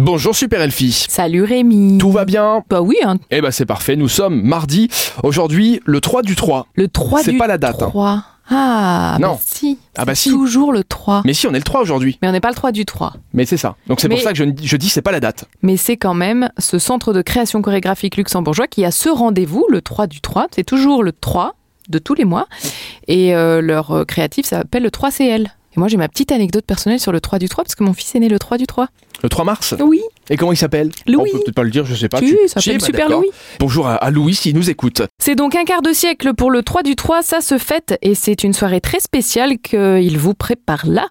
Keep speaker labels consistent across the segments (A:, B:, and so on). A: Bonjour Super Elfie.
B: Salut Rémi.
A: Tout va bien
B: Bah oui, hein.
A: Eh ben c'est parfait, nous sommes mardi. Aujourd'hui, le 3 du 3.
B: le 3
A: C'est
B: du
A: pas la date, hein.
B: 3. Ah,
A: Non.
B: bah si.
A: Ah bah si.
B: Toujours le 3. Mais,
A: Mais si, on est le 3 aujourd'hui.
B: on n'est pas le 3 du 3.
A: Mais c'est ça. Donc c'est pour
B: Mais-
A: ça que je, je dis c'est pas la date.
B: Mais c'est quand même ce centre de création chorégraphique luxembourgeois qui a ce rendez-vous, le 3 du 3. C'est toujours le 3 de tous les mois. Et euh, leur euh, créatif s'appelle le 3CL. Et moi, j'ai ma petite anecdote personnelle sur le 3 du 3 parce que mon fils est né le 3 du 3.
A: Le 3 mars.
B: Oui,
A: Et comment il s'appelle
B: Louis.
A: On peut peut-être pas le dire, je sais pas.
B: Ah, tu, ça
A: Si,
B: s'appelle
A: bah,
B: Super
A: d'accord.
B: Louis.
A: Bonjour à, à Louis s'il nous écoute.
B: C'est donc un quart de siècle pour le 3 du 3, ça se fête et c'est une soirée très spéciale qu'il vous prépare là,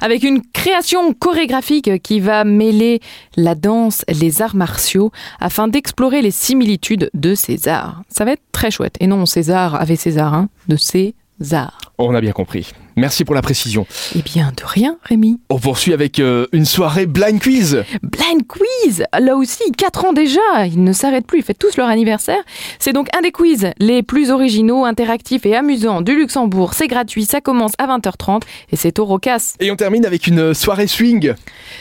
B: avec une création chorégraphique qui va mêler la danse, les arts martiaux, afin d'explorer les similitudes de César. Ça va être très chouette. Et non, César avait César, hein, de César.
A: On a bien compris. Merci pour la précision.
B: Eh bien, de rien, Rémi.
A: On poursuit avec euh, une soirée blind quiz.
B: Blind Quiz, là aussi, 4 ans déjà, ils ne s'arrêtent plus, ils fêtent tous leur anniversaire. C'est donc un des quiz les plus originaux, interactifs et amusants du Luxembourg. C'est gratuit, ça commence à 20h30 et c'est au Rocas.
A: Et on termine avec une euh, soirée swing.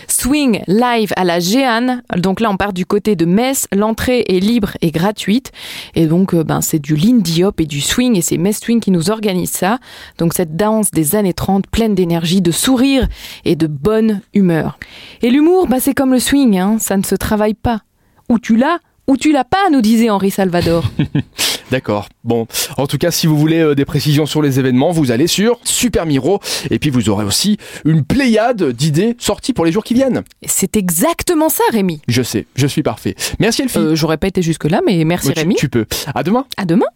B: Swing live à la Géane, donc là on part du côté de Metz, l'entrée est libre et gratuite. Et donc euh, ben, c'est du Lindy Hop et du swing et c'est Metz Swing qui nous organise ça. Donc cette danse des années 30 pleine d'énergie, de sourire et de bonne humeur. Et l'humour, bah, c'est comme le swing, hein, ça ne se travaille pas. Ou tu l'as, ou tu l'as pas, nous disait Henri Salvador.
A: D'accord. Bon, en tout cas, si vous voulez euh, des précisions sur les événements, vous allez sur Super Miro. Et puis vous aurez aussi une pléiade d'idées sorties pour les jours qui viennent.
B: c'est exactement ça Rémi.
A: Je sais, je suis parfait. Merci Elfie.
B: Euh, J'aurais pas été jusque-là, mais Euh, merci
A: Ouais, tu-
B: Rémi.
A: tu peux. À demain.
B: À demain.